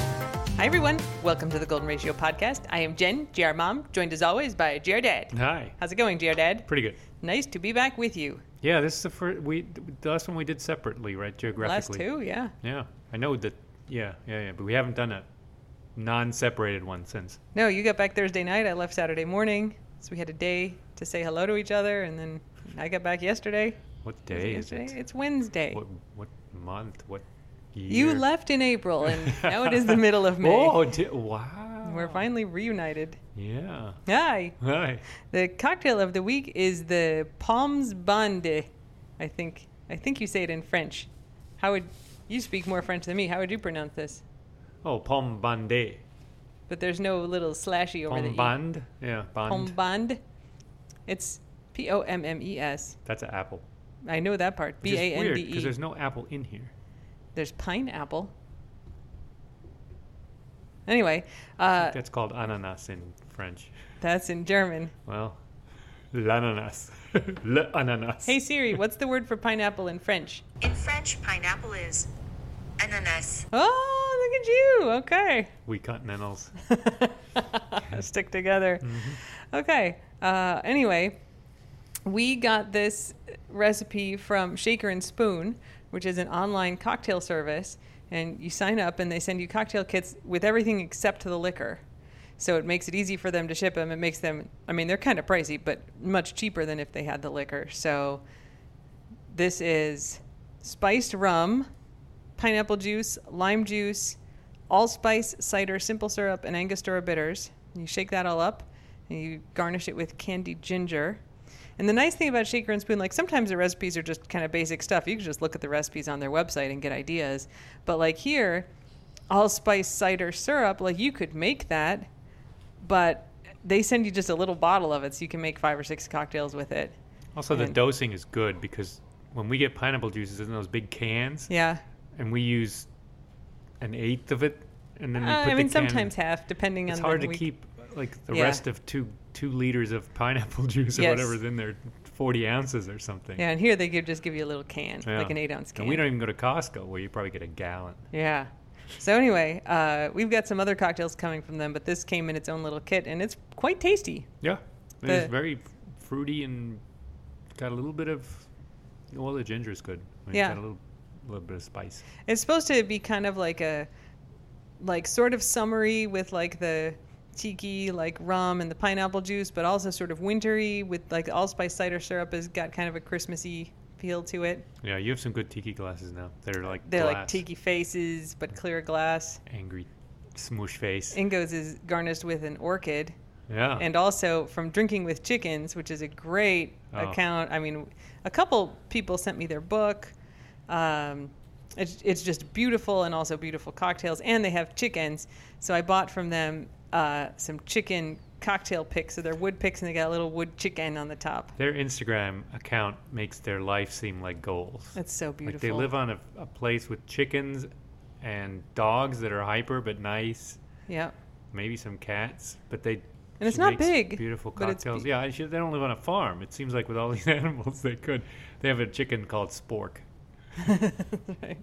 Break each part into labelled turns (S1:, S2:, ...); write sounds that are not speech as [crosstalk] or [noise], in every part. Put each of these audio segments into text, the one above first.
S1: Hi, everyone. Welcome to the Golden Ratio Podcast. I am Jen, GR Mom, joined as always by GR Dad.
S2: Hi.
S1: How's it going, GR Dad?
S2: Pretty good.
S1: Nice to be back with you.
S2: Yeah, this is the first we the last one we did separately, right?
S1: Last
S2: Geographically.
S1: two, yeah.
S2: Yeah, I know that. Yeah, yeah, yeah. But we haven't done a non-separated one since.
S1: No, you got back Thursday night. I left Saturday morning. So we had a day to say hello to each other. And then I got back yesterday.
S2: What day is
S1: yesterday?
S2: it?
S1: It's Wednesday.
S2: What what month? What year?
S1: you left in April,
S2: [laughs]
S1: and now it is the middle of May.
S2: Oh, di- wow.
S1: We're finally reunited.
S2: Yeah.
S1: Hi.
S2: Hi.
S1: The cocktail of the week is the Palms Bande. I think I think you say it in French. How would you speak more French than me? How would you pronounce this?
S2: Oh, pom bande.
S1: But there's no little slashy over the
S2: Pom
S1: e.
S2: band. Yeah, band.
S1: Palm Bande. It's P O M M E S.
S2: That's an apple.
S1: I know that part. B
S2: Which is
S1: A N
S2: weird
S1: D
S2: because
S1: E.
S2: there's no apple in here.
S1: There's pineapple. Anyway, uh,
S2: That's called ananas in French.
S1: that's in German.
S2: Well, [laughs] l'ananas. L'ananas.
S1: Hey Siri, what's the word for pineapple in French?
S3: In French, pineapple is ananas.
S1: Oh, look at you. Okay. [laughs]
S2: We continentals.
S1: stick together. Okay. Uh, anyway, we got this recipe from Shaker and Spoon, which is an online cocktail service, and you sign up and they send you cocktail kits with everything except the liquor. So it makes it easy for them to ship them. It makes them, I mean, they're kind of pricey, but much cheaper than if they had the liquor. So this is spiced rum, pineapple juice, lime juice, allspice, cider, simple syrup, and Angostura bitters. You shake that all up and you garnish it with candied ginger. And the nice thing about Shaker and Spoon, like sometimes the recipes are just kind of basic stuff. You can just look at the recipes on their website and get ideas. But like here, allspice cider syrup, like you could make that, but they send you just a little bottle of it so you can make five or six cocktails with it.
S2: Also, the
S1: And-
S2: dosing is good because when we get pineapple juices in those big cans,
S1: Yeah.
S2: and we use an eighth of it, and then we
S1: Uh,
S2: put
S1: I mean,
S2: the can in.
S1: sometimes half, depending
S2: it's
S1: on
S2: hard
S1: the
S2: to
S1: week.
S2: keep like the
S1: Yeah.
S2: rest of two two liters of pineapple [laughs] juice or
S1: Yes.
S2: whatever's in there, forty ounces or something.
S1: Yeah, and here they give just give you a little can,
S2: Yeah.
S1: like an eight ounce can.
S2: And we don't even go to Costco, where you probably get a gallon.
S1: Yeah. So anyway, uh, we've got some other cocktails coming from them, but this came in its own little kit, and it's quite tasty.
S2: Yeah, it's
S1: The-
S2: very f- fruity and got a little bit of. Well, the ginger is good. I mean, it's
S1: Yeah.
S2: got a little, little bit of spice.
S1: It's supposed to be kind of like a, like sort of summery with like the tiki, like rum and the pineapple juice, but also sort of wintry with like allspice cider syrup has got kind of a Christmassy feel to it.
S2: Yeah, you have some good tiki glasses now. They're like
S1: They're like
S2: glass.
S1: tiki faces, but clear glass.
S2: angry smoosh face.
S1: Ingo's is garnished with an orchid.
S2: yeah.
S1: and also from Drinking with Chickens, which is a great
S2: Oh.
S1: account. I mean, a couple people sent me their book. Um, it's, it's just beautiful and also beautiful cocktails, and they have chickens. So I bought from them uh, some chicken cocktail picks. So they're wood picks, and they got a little wood chicken on the top.
S2: their Instagram account makes their life seem like goals.
S1: That's so beautiful.
S2: Like they live on a, a place with chickens and dogs that are hyper but nice,
S1: Yeah.
S2: maybe some cats, but they
S1: And it's
S2: she
S1: not
S2: makes
S1: big,
S2: Beautiful
S1: but it's
S2: cocktails.
S1: be-
S2: yeah, I should, they don't live on a farm. It seems like with all [laughs] these animals they could. They have a chicken called Spork.
S1: [laughs] Right.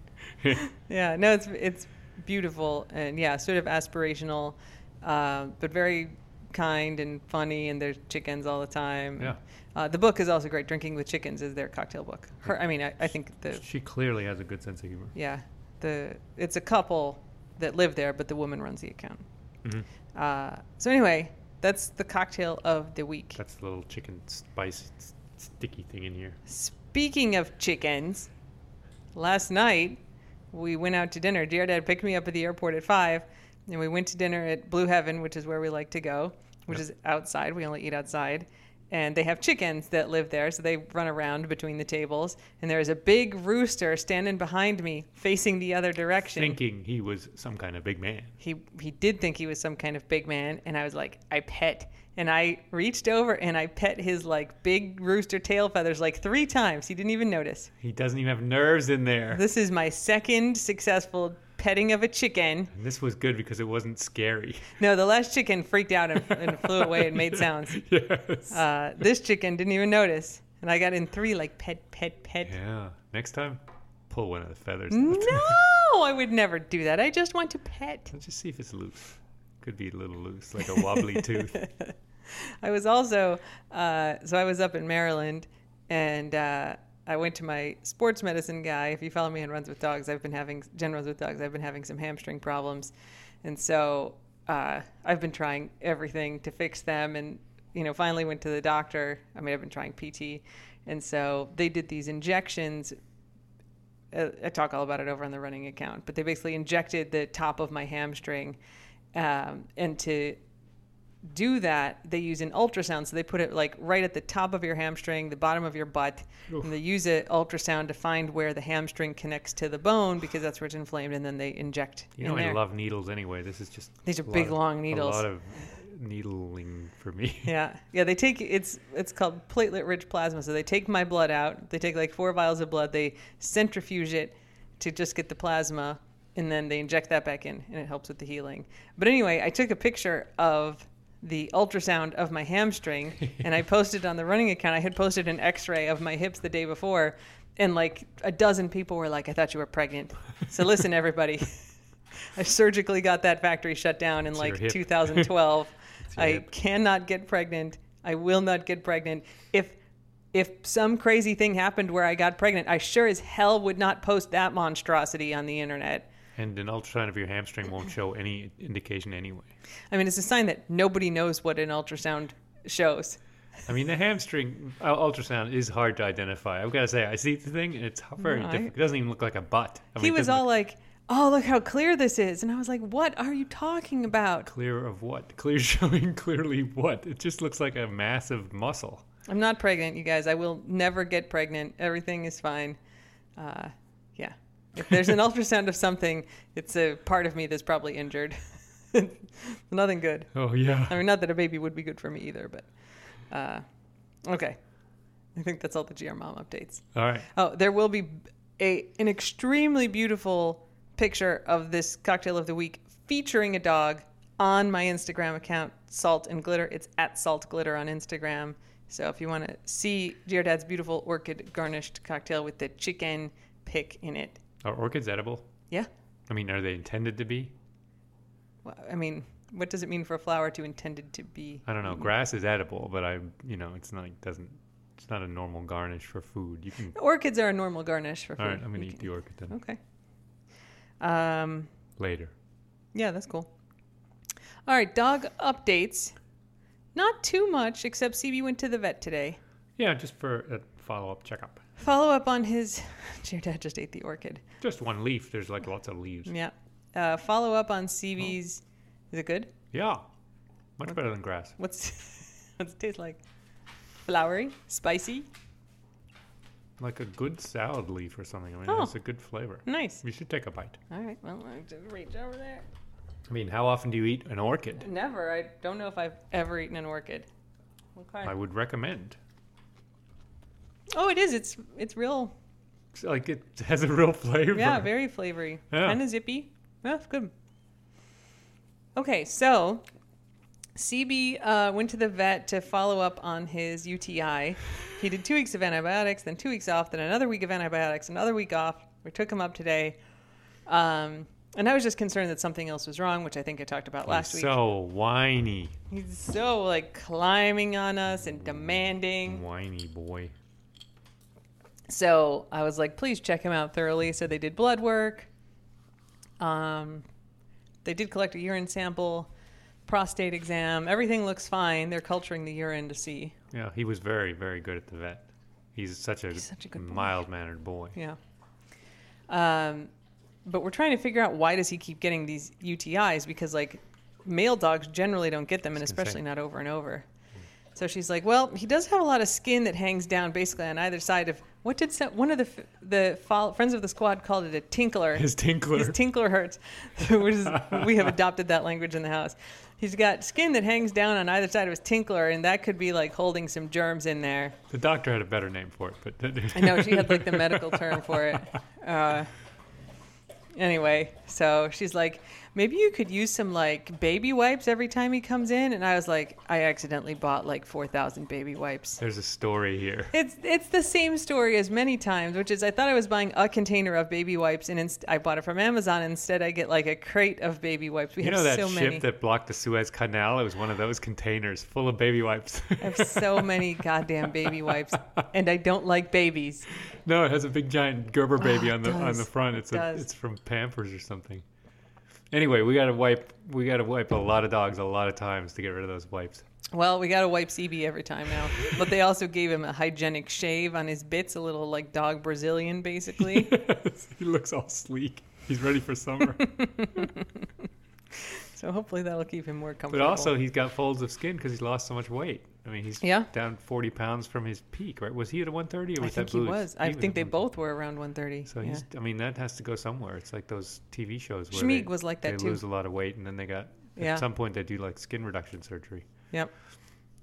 S1: Yeah, no, it's it's beautiful and yeah, sort of aspirational, uh, but very kind and funny. And there's chickens all the time.
S2: Yeah.
S1: Uh, the book is also great. Drinking with Chickens is their cocktail book. Her, I mean, I, I think the
S2: she clearly has a good sense of humor.
S1: yeah the it's a couple that live there, but the woman runs the account.
S2: Mhm.
S1: Uh, so anyway, that's the cocktail of the week.
S2: That's the little chicken spice s- sticky thing in here.
S1: Speaking of chickens, last night we went out to dinner. Dear Dad picked me up at the airport at five, and we went to dinner at Blue Heaven, which is where we like to go, which is outside. We only eat outside. And they have chickens that live there, so they run around between the tables. And there is a big rooster standing behind me, facing the other direction.
S2: Thinking he was some kind of big man.
S1: He he did think he was some kind of big man, and I was like, I pet. And I reached over and I pet his like big rooster tail feathers like three times. He didn't even notice.
S2: He doesn't even have nerves in there.
S1: This is my second successful petting of a chicken.
S2: And this was good because it wasn't scary. [laughs]
S1: No, the last chicken freaked out and, and flew away and made
S2: [laughs]
S1: sounds.
S2: yes.
S1: Uh, this chicken didn't even notice. And I got in three, like, pet, pet, pet. Mm.
S2: yeah. Next time, pull one of the feathers.
S1: No! No, I would never do that. I just want to pet.
S2: Let's just see if it's loose. Could be a little loose, like a
S1: [laughs]
S2: wobbly tooth.
S1: I was also uh, so I was up in Maryland, and uh, I went to my sports medicine guy. If you follow me on Runs with Dogs, I've been having Jen Runs with Dogs. I've been having some hamstring problems, and so uh, I've been trying everything to fix them. And you know, finally went to the doctor. I mean, I've been trying PT, and so they did these injections. Uh, I talk all about it over on the running account, but they basically injected the top of my hamstring, um, and to do that, they use an ultrasound. So they put it like right at the top of your hamstring, the bottom of your butt, and they use an ultrasound to find where the hamstring connects to the bone because that's where it's inflamed, and then they inject
S2: You
S1: in
S2: know, I
S1: there.
S2: love needles anyway. This is just
S1: These are
S2: a lot
S1: big,
S2: of-
S1: long needles.
S2: A lot of needling
S1: [laughs]
S2: for me.
S1: yeah, yeah. They take it's it's called platelet-rich plasma. So they take my blood out. They take like four vials of blood. They centrifuge it to just get the plasma, and then they inject that back in, and it helps with the healing. But anyway, I took a picture of the ultrasound of my hamstring, and I posted on the running account. I had posted an X-ray of my hips the day before, and like a dozen people were like, "I thought you were pregnant." So listen, everybody. [laughs] I surgically got that factory shut down in
S2: your
S1: like
S2: hip.
S1: 2012.
S2: your
S1: I
S2: hip.
S1: cannot get pregnant. I will not get pregnant. If if some crazy thing happened where I got pregnant, I sure as hell would not post that monstrosity on the internet.
S2: And an ultrasound of your hamstring won't show any indication anyway.
S1: I mean, it's a sign that nobody knows what an ultrasound shows.
S2: I mean, the hamstring uh, ultrasound is hard to identify. I've got to say, I see the thing, and it's h- very
S1: No, I-
S2: difficult. It doesn't even look like a butt. I
S1: he
S2: mean, it
S1: was
S2: doesn't
S1: all
S2: look
S1: like, "Oh, look how clear this is," and I was like, "What are you talking about?"
S2: clear of what? [laughs] Clear showing clearly what? It just looks like a massive muscle.
S1: I'm not pregnant, you guys. I will never get pregnant. Everything is fine. Uh, yeah. If there's an ultrasound of something, it's a part of me that's probably injured. [laughs] Nothing good.
S2: Oh yeah.
S1: I mean, not that a baby would be good for me either, but uh, okay. I think that's all the GR Mom updates.
S2: All right.
S1: Oh, there will be a an extremely beautiful picture of this cocktail of the week featuring a dog on my Instagram account, Salt and Glitter. It's at Salt Glitter on Instagram. So if you want to see Dear Dad's beautiful orchid garnished cocktail with the chicken pick in it,
S2: Are orchids edible?
S1: yeah.
S2: I mean, are they intended to be?
S1: Well, I mean, what does it mean for a flower to intended to be?
S2: I don't know. Grass is edible, but I, you know, it's not doesn't. It's not a normal garnish for food. You can.
S1: Orchids are a normal garnish for food.
S2: All right, I'm gonna
S1: You
S2: eat the orchid then
S1: can- Okay. Um,
S2: later.
S1: Yeah, that's cool. All right, dog updates. Not too much, except CB went to the vet today.
S2: Yeah, just for a follow up checkup.
S1: Follow up on his. [laughs] Your dad just ate the orchid.
S2: Just one leaf. There's like lots of leaves.
S1: Yeah. Uh, follow up on CB's. Is it good?
S2: Yeah, much better than grass.
S1: What's [laughs] what's it taste like? Flowery, spicy,
S2: Like a good salad leaf or something. I mean,
S1: Oh.
S2: it's a good flavor.
S1: nice.
S2: We should take a bite.
S1: All right. Well, I have to reach over there.
S2: I mean, how often do you eat an orchid?
S1: Never. I don't know if I've ever eaten an orchid. Okay.
S2: I would recommend.
S1: Oh, it is. It's it's real.
S2: It's Like it has a real flavor.
S1: Yeah, very flavory.
S2: Yeah.
S1: Kind of zippy. Yeah, it's good. Okay, so CB uh, went to the vet to follow up on his UTI. He did two weeks of antibiotics, then two weeks off, then another week of antibiotics, another week off. We took him up today. Um, and I was just concerned that something else was wrong, which I think I talked about last
S2: He's
S1: week.
S2: so whiny,
S1: He's so like climbing on us and demanding.
S2: whiny boy.
S1: So I was like, please check him out thoroughly. So they did blood work. Um, they did collect a urine sample, prostate exam. Everything looks fine. They're culturing the urine to see.
S2: Yeah, he was very, very good at the vet. He's such a,
S1: such a good boy.
S2: mild mannered boy.
S1: Yeah. Um, but we're trying to figure out why does he keep getting these UTIs because like male dogs generally don't get them and
S2: gonna say.
S1: especially not over and over. So she's like, well, he does have a lot of skin that hangs down basically on either side of what did some, one of the f- the fol- friends of the squad called it a tinkler.
S2: His tinkler.
S1: His tinkler hurts. [laughs] Which is, we have adopted that language in the house. He's got skin that hangs down on either side of his tinkler, and that could be like holding some germs in there.
S2: the doctor had a better name for it, but
S1: I know she had like the medical term for it. Uh, anyway, so she's like, maybe you could use some like baby wipes every time he comes in. And I was like, I accidentally bought like 4,000 baby wipes.
S2: There's a story here.
S1: It's it's the same story as many times, which is I thought I was buying a container of baby wipes, and inst- I bought it from Amazon. And instead, I get like a crate of baby wipes. We
S2: You
S1: have
S2: know that
S1: so
S2: ship
S1: many.
S2: that blocked the Suez Canal? It was one of those containers full of
S1: [laughs]
S2: baby wipes.
S1: I have
S2: [laughs]
S1: so many goddamn baby wipes, and I don't like babies.
S2: no, it has a big giant Gerber baby
S1: Ah,
S2: on
S1: it
S2: the on the
S1: does.
S2: front. It's
S1: It
S2: a,
S1: does.
S2: it's from Pampers or something. Anyway, we gotta wipe we gotta wipe a lot of dogs a lot of times to get rid of those wipes.
S1: Well, we got to wipe CB every time now. But they also gave him a hygienic shave on his bits, a little like dog Brazilian,
S2: [laughs]
S1: basically.
S2: he looks all sleek. He's ready for summer.
S1: so hopefully that'll keep him more
S2: [laughs] but
S1: comfortable.
S2: also he's got folds of skin because he's lost so much weight. I mean, he's
S1: Yeah.
S2: down 40 pounds from his peak, right? Was he at 130 or
S1: I
S2: was
S1: think
S2: that
S1: he
S2: Boots?
S1: was. I
S2: He
S1: think
S2: at
S1: they
S2: 130.
S1: both were around 130.
S2: So
S1: yeah.
S2: he's, I mean, that has to go somewhere. It's like those TV shows where
S1: Schmeeg
S2: they,
S1: was like that
S2: they
S1: too.
S2: lose a lot of weight and then they got,
S1: Yeah.
S2: at some point, they do like skin reduction surgery.
S1: Yep.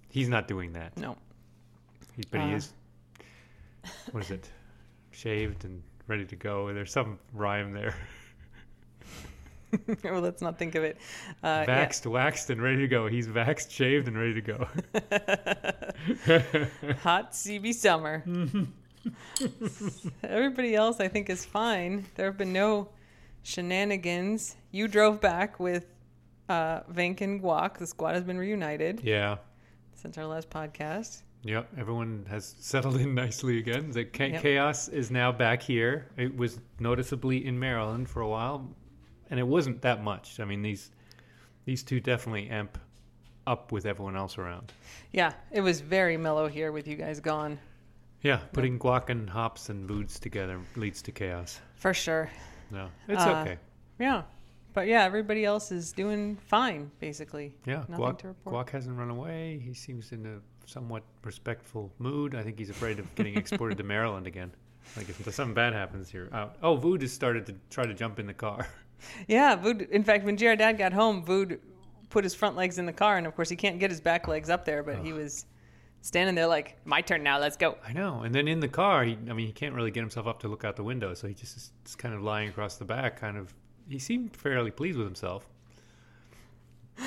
S2: He's not doing that,
S1: No. [laughs]
S2: he, but he
S1: Uh.
S2: is, what is it, shaved and ready to go. There's some rhyme there.
S1: well, let's not think of it. Uh, yeah.
S2: Vaxxed, waxed, and ready to go. He's vaxxed, shaved, and ready to go.
S1: Hot CB summer. [laughs] Everybody else, I think, is fine. There have been no shenanigans. You drove back with uh, Vank and Guac. The squad has been reunited
S2: yeah.
S1: since our last podcast.
S2: Yep, everyone has [laughs] settled in nicely again. The ca-
S1: Yep.
S2: chaos is now back here. It was noticeably in Maryland for a while, and it wasn't that much. I mean, these these two definitely amp up with everyone else around.
S1: Yeah, it was very mellow here with you guys gone,
S2: Yeah, putting guac and hops and boots together leads to chaos.
S1: for sure.
S2: No, it's
S1: Uh,
S2: okay.
S1: Yeah. But yeah, everybody else is doing fine, basically.
S2: Yeah,
S1: nothing
S2: guac,
S1: to report.
S2: guac hasn't run away. He seems in a somewhat respectful mood. I think he's afraid of getting exported to [laughs] Maryland again. Like if something bad happens here, out. Oh, Vood has started to try to jump in the car. [laughs]
S1: Yeah, Vood. In fact, when Jared Dad got home, Vood put his front legs in the car, and of course, he can't get his back legs up there, but he was standing there like, "My turn now, let's go."
S2: I know. And then in the car, he, I mean, he can't really get himself up to look out the window, so he just is just kind of lying across the back. Kind of, he seemed fairly pleased with himself.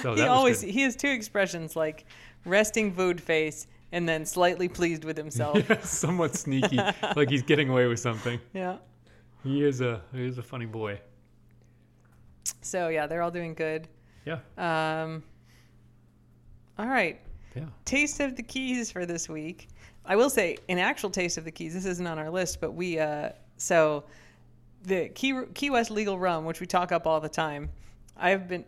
S2: So
S1: he
S2: that
S1: always e-
S2: was good.
S1: he has two expressions like resting Vood face and then slightly pleased with himself.
S2: [laughs] [laughs] Yeah, somewhat
S1: [laughs]
S2: sneaky, like he's getting away with something.
S1: yeah.
S2: He is a he is a funny boy.
S1: So yeah, they're all doing good.
S2: Yeah,
S1: Um, all right.
S2: yeah.
S1: taste of the keys for this week. I will say, an actual taste of the keys. This isn't on our list, but we uh, so the Key, Key West legal rum, which we talk up all the time. I've been.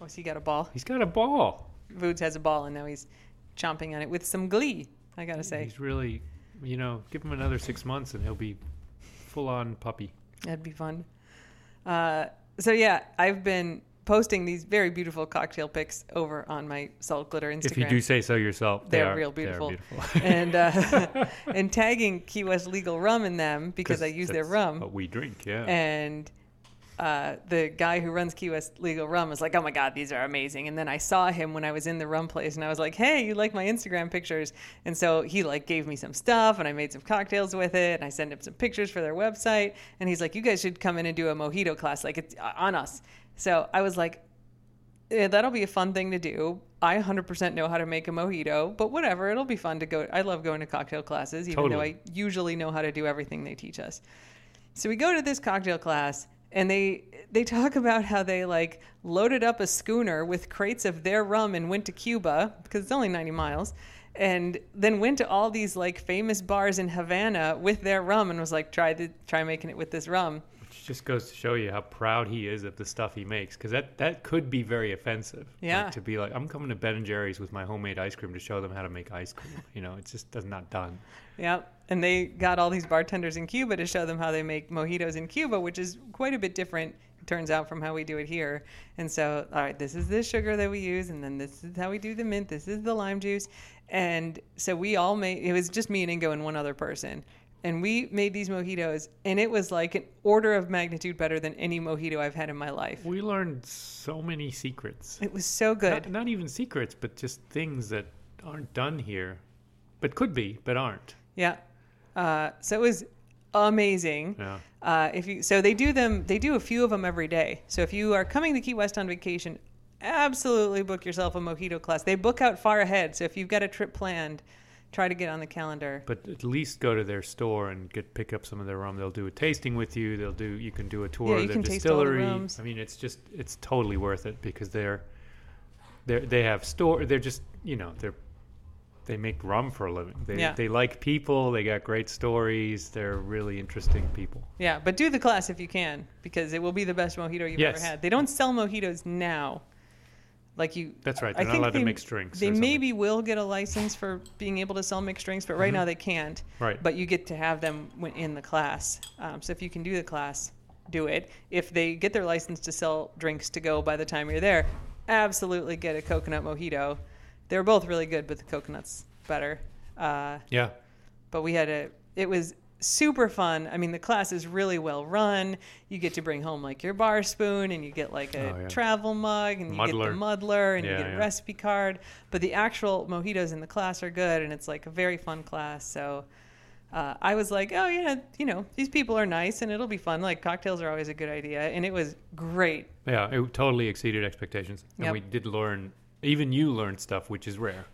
S1: Oh, he got a ball.
S2: He's got a ball.
S1: Voods has a ball, and now he's chomping on it with some glee. I gotta say,
S2: He's really, you know, give him another six months and he'll be full on puppy.
S1: that'd be fun. Uh, so yeah, I've been posting these very beautiful cocktail pics over on my salt glitter Instagram.
S2: If you do say so yourself,
S1: They're
S2: they are,
S1: real
S2: they are
S1: beautiful. [laughs]
S2: beautiful. [laughs]
S1: and uh, [laughs] and tagging Key West legal rum in them because I use their
S2: that's
S1: rum.
S2: What we drink, oh, yeah.
S1: and uh, the guy who runs Key West Legal Rum was like, "Oh my God, these are amazing!" And then I saw him when I was in the rum place, and I was like, "Hey, you like my Instagram pictures?" And so he like gave me some stuff, and I made some cocktails with it, and I sent him some pictures for their website, and he's like, "You guys should come in and do a mojito class, like it's uh, on us." So I was like, yeah, eh, that'll be a fun thing to do. I 100% know how to make a mojito, but whatever, it'll be fun to go. I love going to cocktail classes, even though
S2: Totally.
S1: I usually know how to do everything they teach us. So we go to this cocktail class, and they they talk about how they like loaded up a schooner with crates of their rum and went to Cuba because it's only 90 miles, and then went to all these like famous bars in Havana with their rum and was like, try the, try making it with this rum.
S2: Which just goes to show you how proud he is of the stuff he makes, because that that could be very offensive. Like,
S1: Yeah.
S2: to be like, I'm coming to Ben and Jerry's with my homemade ice cream to show them how to make ice cream. [laughs] You know, it's just that's not done.
S1: Yep. And they got all these bartenders in Cuba to show them how they make mojitos in Cuba, which is quite a bit different, it turns out, from how we do it here. And so, all right, this is the sugar that we use, and then this is how we do the mint, this is the lime juice. And so we all made it was just me and Ingo and one other person. And we made these mojitos, and it was like an order of magnitude better than any mojito I've had in my life.
S2: We learned so many secrets.
S1: [laughs] It was so
S2: Not,
S1: good.
S2: not even secrets, but just things that aren't done here, but could be, but aren't.
S1: Yeah. Uh, so it was amazing.
S2: Yeah.
S1: Uh, if you so they do them they do a few of them every day. So if you are coming to Key West on vacation, absolutely book yourself a mojito class. They book out far ahead. So if you've got a trip planned, try to get on the calendar.
S2: But at least go to their store and get pick up some of their rum. They'll do a tasting with you. They'll do you can do a tour
S1: Yeah, you
S2: of their
S1: can taste all the
S2: distillery.
S1: rums.
S2: I mean, it's just it's totally worth it because they're they are they have store. They're just you know they're they make rum for a living. They
S1: Yeah.
S2: they like people. They got great stories. They're really interesting people.
S1: Yeah, but do the class if you can because it will be the best mojito you've
S2: Yes.
S1: ever had. They don't sell mojitos now. Like you
S2: That's right.
S1: I
S2: They're not
S1: think
S2: allowed
S1: they-
S2: to mix drinks.
S1: They
S2: or something.
S1: maybe will get a license for being able to sell mixed drinks, but right now they can't.
S2: Mm-hmm. Right.
S1: But you get to have them when in the class. Um, so if you can do the class, do it. If they get their license to sell drinks to go by the time you're there, absolutely get a coconut mojito. They're both really good, but the coconut's better. Uh,
S2: yeah.
S1: but we had a it was super fun i mean the class is really well run you get to bring home like your bar spoon and you get like a
S2: Oh, yeah.
S1: travel mug and you get
S2: Muddler.
S1: the muddler and you
S2: Yeah,
S1: get a
S2: yeah.
S1: recipe card but the actual mojitos in the class are good and it's like a very fun class so uh, i was like oh yeah you know these people are nice and it'll be fun like cocktails are always a good idea and it was great
S2: Yeah, it totally exceeded expectations. And
S1: Yep.
S2: we did learn, even you learned stuff, which is rare.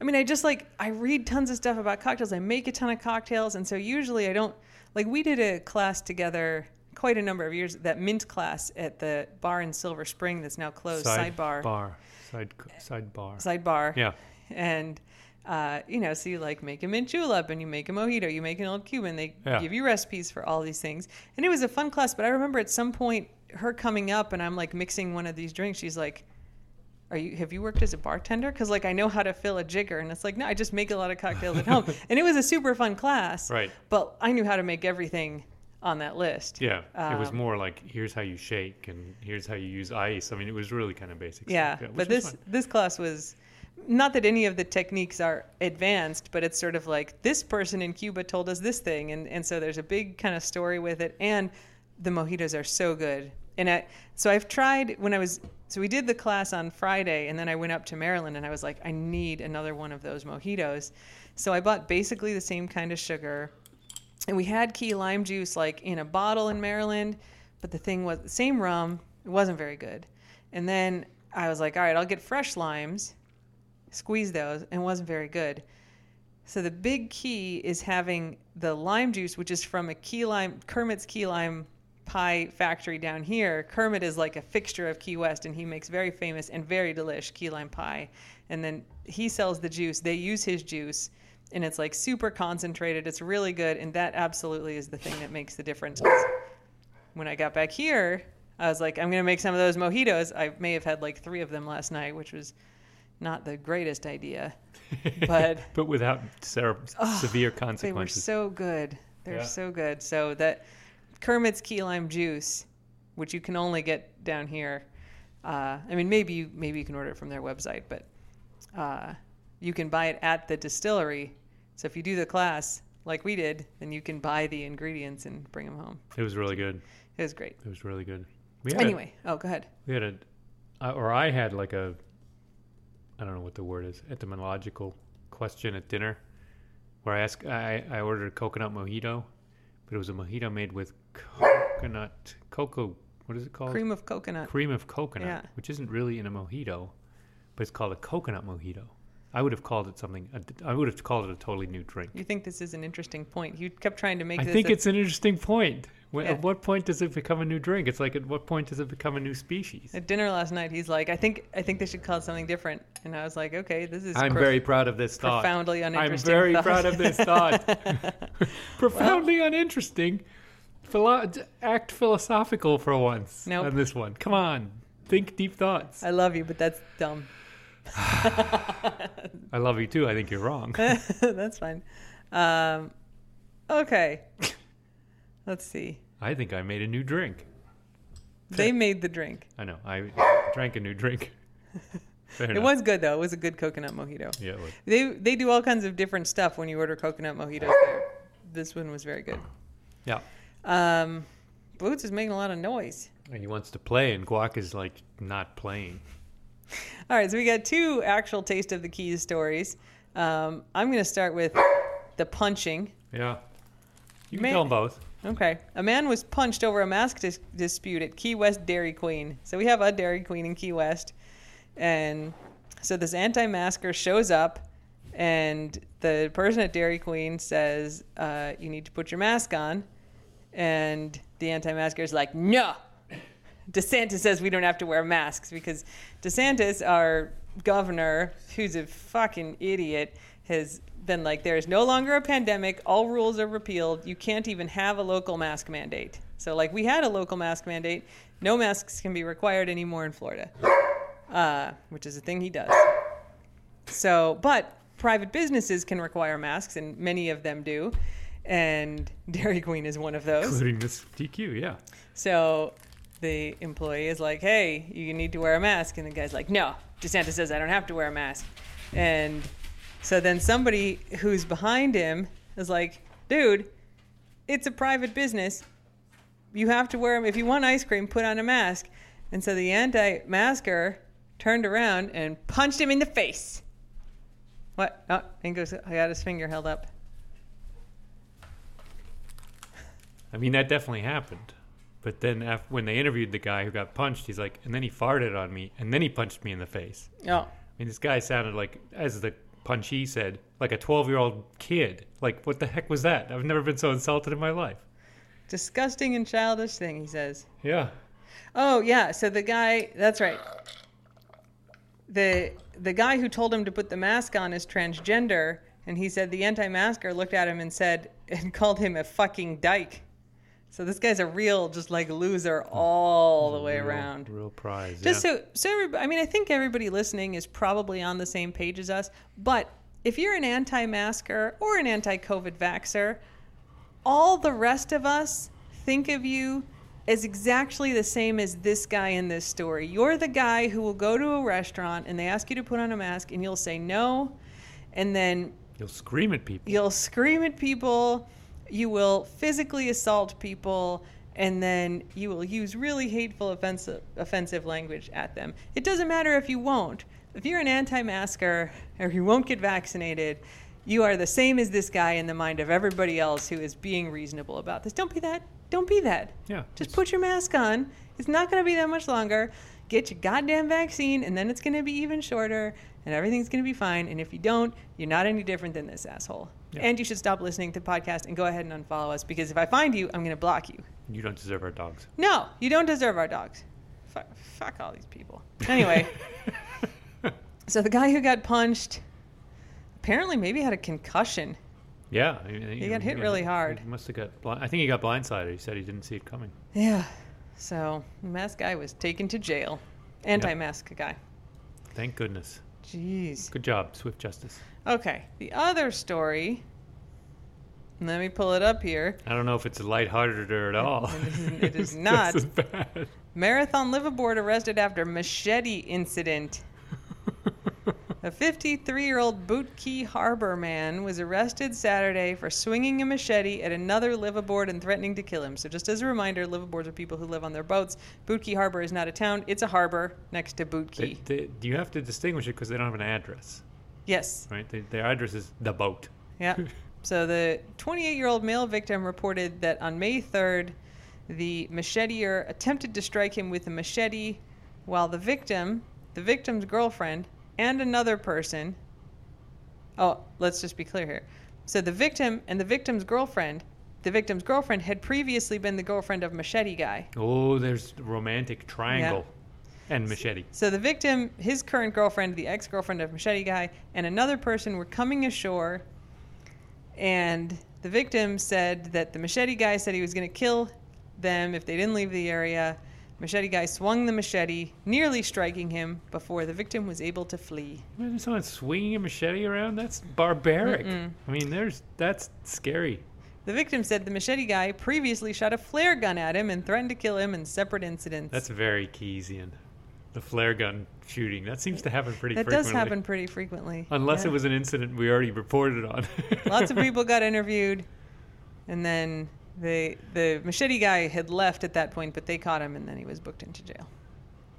S1: I mean, I just like I read tons of stuff about cocktails. I make a ton of cocktails, and so usually I don't like. We did a class together quite a number of years. That mint class at the bar in Silver Spring that's now closed. sidebar.
S2: Bar. Side, sidebar.
S1: Sidebar.
S2: Yeah.
S1: And uh, you know, so you like make a mint julep, and you make a mojito, you make an old Cuban. They
S2: Yeah.
S1: give you recipes for all these things, and it was a fun class. But I remember at some point her coming up, and I'm like mixing one of these drinks. She's like. Are you, have you worked as a bartender? Because like I know how to fill a jigger, and it's like no, I just make a lot of cocktails at
S2: [laughs]
S1: home, and it was a super fun class.
S2: Right.
S1: But I knew how to make everything on that list.
S2: Yeah. it was
S1: Um,
S2: more like here's how you shake and here's how you use ice. I mean, it was really kind of basic.
S1: Yeah,
S2: stuff, which
S1: but
S2: was
S1: this
S2: fun.
S1: this class was not that any of the techniques are advanced, but it's sort of like this person in Cuba told us this thing, and and so there's a big kind of story with it, and the mojitos are so good, and I so I've tried when I was so we did the class on Friday, and then I went up to Maryland, and I was like, I need another one of those mojitos, so I bought basically the same kind of sugar and we had key lime juice like in a bottle in Maryland, but the thing was the same rum. It wasn't very good. And then I was like, all right, I'll get fresh limes, squeeze those, and it wasn't very good. So the big key is having the lime juice, which is from a key lime Kermit's key lime pie factory down here. Kermit is like a fixture of Key West, and he makes very famous and very delish key lime pie. And then he sells the juice. They use his juice, and it's like super concentrated. It's really good, and that absolutely is the thing that makes the difference. 'Cause When I got back here, I was like, I'm gonna make some of those mojitos. I may have had like three of them last night, which was not the greatest idea, but.
S2: But without ser- severe
S1: They were
S2: consequences.
S1: so good. They're
S2: Yeah.
S1: so good. So that Kermit's key lime juice, which you can only get down here. Uh, I mean, maybe you maybe you can order it from their website, but uh, you can buy it at the distillery. So if you do the class like we did, then you can buy the ingredients and bring them home.
S2: It was really good.
S1: It was great.
S2: It was really good. We had a-
S1: Anyway, oh, go ahead.
S2: we had a, uh, or I had like a, I don't know what the word is, etymological question at dinner, where I asked, I, I ordered a coconut mojito, but it was a mojito made with coconut cocoa. What is it called?
S1: Cream of coconut.
S2: Cream of coconut,
S1: Yeah.
S2: which isn't really in a mojito, but it's called a coconut mojito. I would have called it something. I would have called it a totally new drink.
S1: You think this is an interesting point? You kept trying to make
S2: I
S1: this.
S2: think
S1: a-
S2: it's an interesting point. Wh-
S1: Yeah.
S2: At what point does it become a new drink? It's like at what point does it become a new species?
S1: at dinner last night. He's like, I think I think they should call it something different, and I was like, okay, this is.
S2: I'm
S1: prof-
S2: very proud of this thought.
S1: profoundly
S2: I'm
S1: uninteresting.
S2: very
S1: thought.
S2: proud
S1: [laughs]
S2: of this thought. profoundly uninteresting. Philo- act philosophical for once
S1: Nope.
S2: on this one. Come on, think deep thoughts.
S1: I love you, but that's dumb. [laughs]
S2: I love you too. I think
S1: [laughs]
S2: you're wrong.
S1: that's fine. Um, okay. Let's see.
S2: I think I made a new drink.
S1: They made the drink.
S2: I know. I drank a
S1: [laughs]
S2: new drink. Fair
S1: It
S2: enough.
S1: was good though. It was a good coconut mojito.
S2: Yeah, it was.
S1: They they do all kinds of different stuff when you order coconut mojitos there. This one was very good.
S2: Yeah.
S1: Um, Boots is making a lot of noise.
S2: And he wants to play, and Guac is like not playing.
S1: All right, so we got two actual taste of the keys stories. Um, I'm going to start with the punching.
S2: Yeah. You can
S1: May-
S2: tell them both.
S1: Okay. A man was punched over a mask dis- dispute at Key West Dairy Queen. So we have a Dairy Queen in Key West. And so this anti masker shows up, and the person at Dairy Queen says, uh, You need to put your mask on. And the anti masker is like, No. DeSantis says we don't have to wear masks because DeSantis, our governor, who's a fucking idiot, has been like, there is no longer a pandemic. All rules are repealed. You can't even have a local mask mandate. So, like, we had a local mask mandate. No masks can be required anymore in Florida, uh, which is a thing he does. So, but private businesses can require masks, and many of them do. And Dairy Queen is one of those.
S2: Including this DQ, yeah.
S1: So the employee is like, "Hey, you need to wear a mask," and the guy's like, "No, DeSantis says I don't have to wear a mask." And so then somebody who's behind him is like, "Dude, it's a private business. You have to wear 'em. If you want ice cream, put on a mask." And so the anti-masker turned around and punched him in the face. What? Oh, and goes. I got his finger held up.
S2: I mean, that definitely happened. But then af when they interviewed the guy who got punched, he's like, and then he farted on me, and then he punched me in the face.
S1: Oh,
S2: I mean, this guy sounded like, as the punchee said, like a 12 year old kid. Like, what the heck was that? I've never been so insulted in my life.
S1: disgusting and childish thing. He says.
S2: Yeah.
S1: Oh yeah, so the guy that's right. The the guy who told him to put the mask on is transgender and he said the anti-masker looked at him and said [laughs] and called him a fucking dyke. So this guy's a real just like loser all the way
S2: Real-
S1: around.
S2: Real prize.
S1: Just
S2: yeah.
S1: so so everyb- I mean I think everybody listening is probably on the same page as us, but if you're an anti-masker or an anti-COVID vaxxer, all the rest of us think of you as exactly the same as this guy in this story. You're the guy who will go to a restaurant and they ask you to put on a mask and you'll say no, and then
S2: You'll scream at people.
S1: you'll scream at people, you will physically assault people, and then you will use really hateful, offensive, offensive language at them. It doesn't matter if you won't. If you're an anti masker or you won't get vaccinated, you are the same as this guy in the mind of everybody else who is being reasonable about this. Don't be that. Don't be that.
S2: Yeah.
S1: Just put your mask on. It's not going to be that much longer. Get your goddamn vaccine, and then it's going to be even shorter, and everything's going to be fine. And if you don't, you're not any different than this asshole.
S2: Yeah.
S1: And you should stop listening to the podcast and go ahead and unfollow us because if I find you, I'm going to block you.
S2: You don't deserve
S1: [laughs]
S2: our dogs.
S1: No, you don't deserve our dogs. Fuck, fuck all these people. Anyway, so the guy who got punched apparently maybe had a concussion.
S2: Yeah. I mean,
S1: He got hit really hard.
S2: He must have got. Blind, I think he got blindsided. He said he didn't see it coming.
S1: Yeah. So, mask guy was taken to jail. Anti mask guy.
S2: Thank goodness.
S1: Jeez.
S2: Good job, swift justice.
S1: Okay, the other story. Let me pull it up here.
S2: I don't know if it's lighthearted or at all.
S1: [laughs] It- it is
S2: [laughs] It's
S1: not.
S2: just as
S1: [laughs]
S2: bad.
S1: Marathon liveaboard arrested after machete incident. A 53 year old Boot Key Harbor man was arrested Saturday for swinging a machete at another liveaboard and threatening to kill him. So, just as a reminder, liveaboards are people who live on their boats. Boot Key Harbor is not a town, it's a harbor next to Boot
S2: They-
S1: Key.
S2: they- do you have to distinguish it because they don't have an address,
S1: Yes.
S2: right? They, their address is the boat.
S1: Yeah. So the 28 year old male victim reported that on May 3rd, the macheteer attempted to strike him with a machete while the victim, the victim's girlfriend, and another person. Oh, let's just be clear here. So the victim and the victim's girlfriend, the victim's girlfriend had previously been the girlfriend of Machete Guy.
S2: Oh, there's romantic triangle and machete.
S1: So the victim, his current girlfriend, the ex-girlfriend of Machete Guy, and another person were coming ashore, and the victim said that the Machete Guy said he was going to kill them if they didn't leave the area. Machete Guy swung the machete, nearly striking him before the victim was able to flee.
S2: Imagine someone swinging a machete around. That's barbaric. I mean, there's that's scary.
S1: The victim said the Machete Guy previously shot a flare gun at him and threatened to kill him in separate incidents.
S2: That's very Keynesian. The flare gun shooting that seems to happen pretty.
S1: that
S2: frequently.
S1: does happen pretty frequently.
S2: Unless
S1: Yeah.
S2: it was an incident we already reported on.
S1: [laughs] lots
S2: [laughs]
S1: of people got interviewed and then the the machete guy had left at that point but they caught him and then he was booked into jail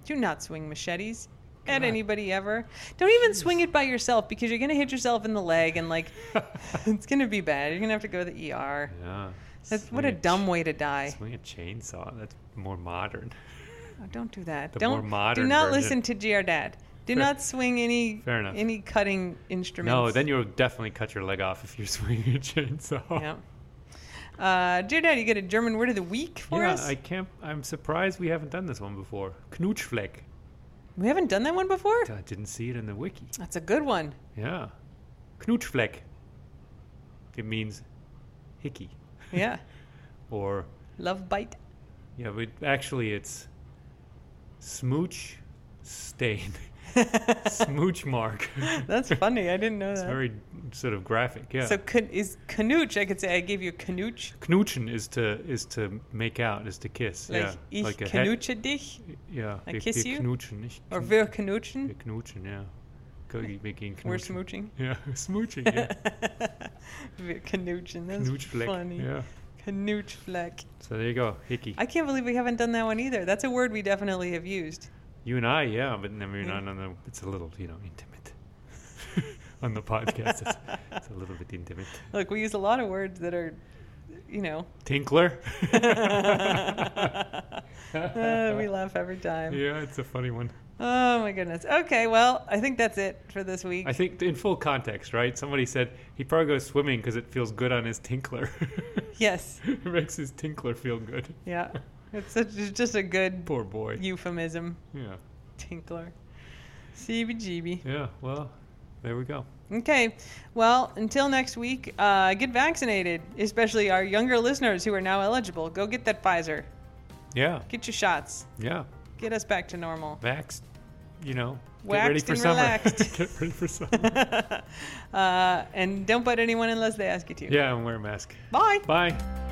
S1: do not swing machetes at
S2: God.
S1: anybody ever don't even swing it by yourself because [laughs] you're going to hit yourself in the leg and like it's going to be bad you're going to have to go to the er
S2: Yeah.
S1: That's, what a
S2: Swing
S1: dumb way to die.
S2: Swing a chainsaw. That's more modern.
S1: Oh, don't do that.
S2: The more
S1: don't do
S2: modern
S1: not listen
S2: version.
S1: to GR Dad. Do
S2: Fair-
S1: not swing any
S2: fair enough.
S1: any cutting instruments.
S2: No, then you'll definitely cut your leg off if you're [laughs] swinging a chainsaw.
S1: yeah. Uh, GR Dad, you get a German word of the week for
S2: Yeah,
S1: us?
S2: I can't. I'm surprised we haven't done this one before. Knutschfleck.
S1: We haven't done that one before.
S2: I didn't see it in the wiki.
S1: That's a good one.
S2: Yeah. Knutschfleck. It means hickey. [laughs]
S1: Yeah.
S2: Or,
S1: Love bite.
S2: yeah, but actually it's smooch
S1: [laughs]
S2: stain. smooch mark.
S1: That's funny. I didn't know
S2: It's
S1: that.
S2: very sort of graphic, yeah.
S1: So can, is Canooch? I could say I gave you Canooch.
S2: knutschen is to is to make out, is to kiss.
S1: Like
S2: yeah.
S1: ich
S2: like a head-
S1: knutche dich
S2: Yeah.
S1: I
S2: wir-
S1: kiss
S2: wir
S1: you?
S2: Knutschen. Ich
S1: or
S2: kn-
S1: wir knutschen.
S2: wir knutschen, yeah. Go- Wir gehen knutschen.
S1: We're
S2: [laughs]
S1: smooching.
S2: Yeah,
S1: [laughs]
S2: smooching. Yeah.
S1: wir knutschen. That's
S2: Knutschfleck.
S1: funny.
S2: Yeah.
S1: Canooch fleck.
S2: So there you go, hickey.
S1: I can't believe we haven't done that one either. That's a word we definitely have used.
S2: you and I, yeah, but then we're
S1: Yeah.
S2: not on the. It's a little, you know, intimate. [laughs] on the podcast, it's, it's a little bit intimate.
S1: [laughs] Look, we use a lot of words that are, you
S2: [laughs]
S1: know, [laughs]
S2: Tinkler.
S1: uh, we laugh every time.
S2: Yeah, it's a funny one.
S1: Oh my goodness. Okay, well, I think that's it for this week.
S2: I think in full context, right? Somebody said he probably goes swimming because it feels good on his tinkler. [laughs]
S1: yes.
S2: it makes his tinkler feel good. [laughs]
S1: Yeah. It's, such, it's just a good
S2: Poor boy.
S1: euphemism.
S2: yeah.
S1: Tinkler. CBGB.
S2: Yeah. Well, there we go.
S1: Okay. Well, until next week, uh, get vaccinated, especially our younger listeners who are now eligible. Go get that Pfizer.
S2: Yeah.
S1: Get your shots.
S2: Yeah.
S1: Get us back to
S2: [laughs]
S1: normal. [laughs]
S2: Vaxxed, you know, get ready
S1: Waxed
S2: for
S1: and
S2: summer.
S1: relaxed.
S2: [laughs] get ready for summer.
S1: [laughs] uh, and don't butt anyone unless they ask you to.
S2: yeah, and wear a mask.
S1: Bye.
S2: Bye.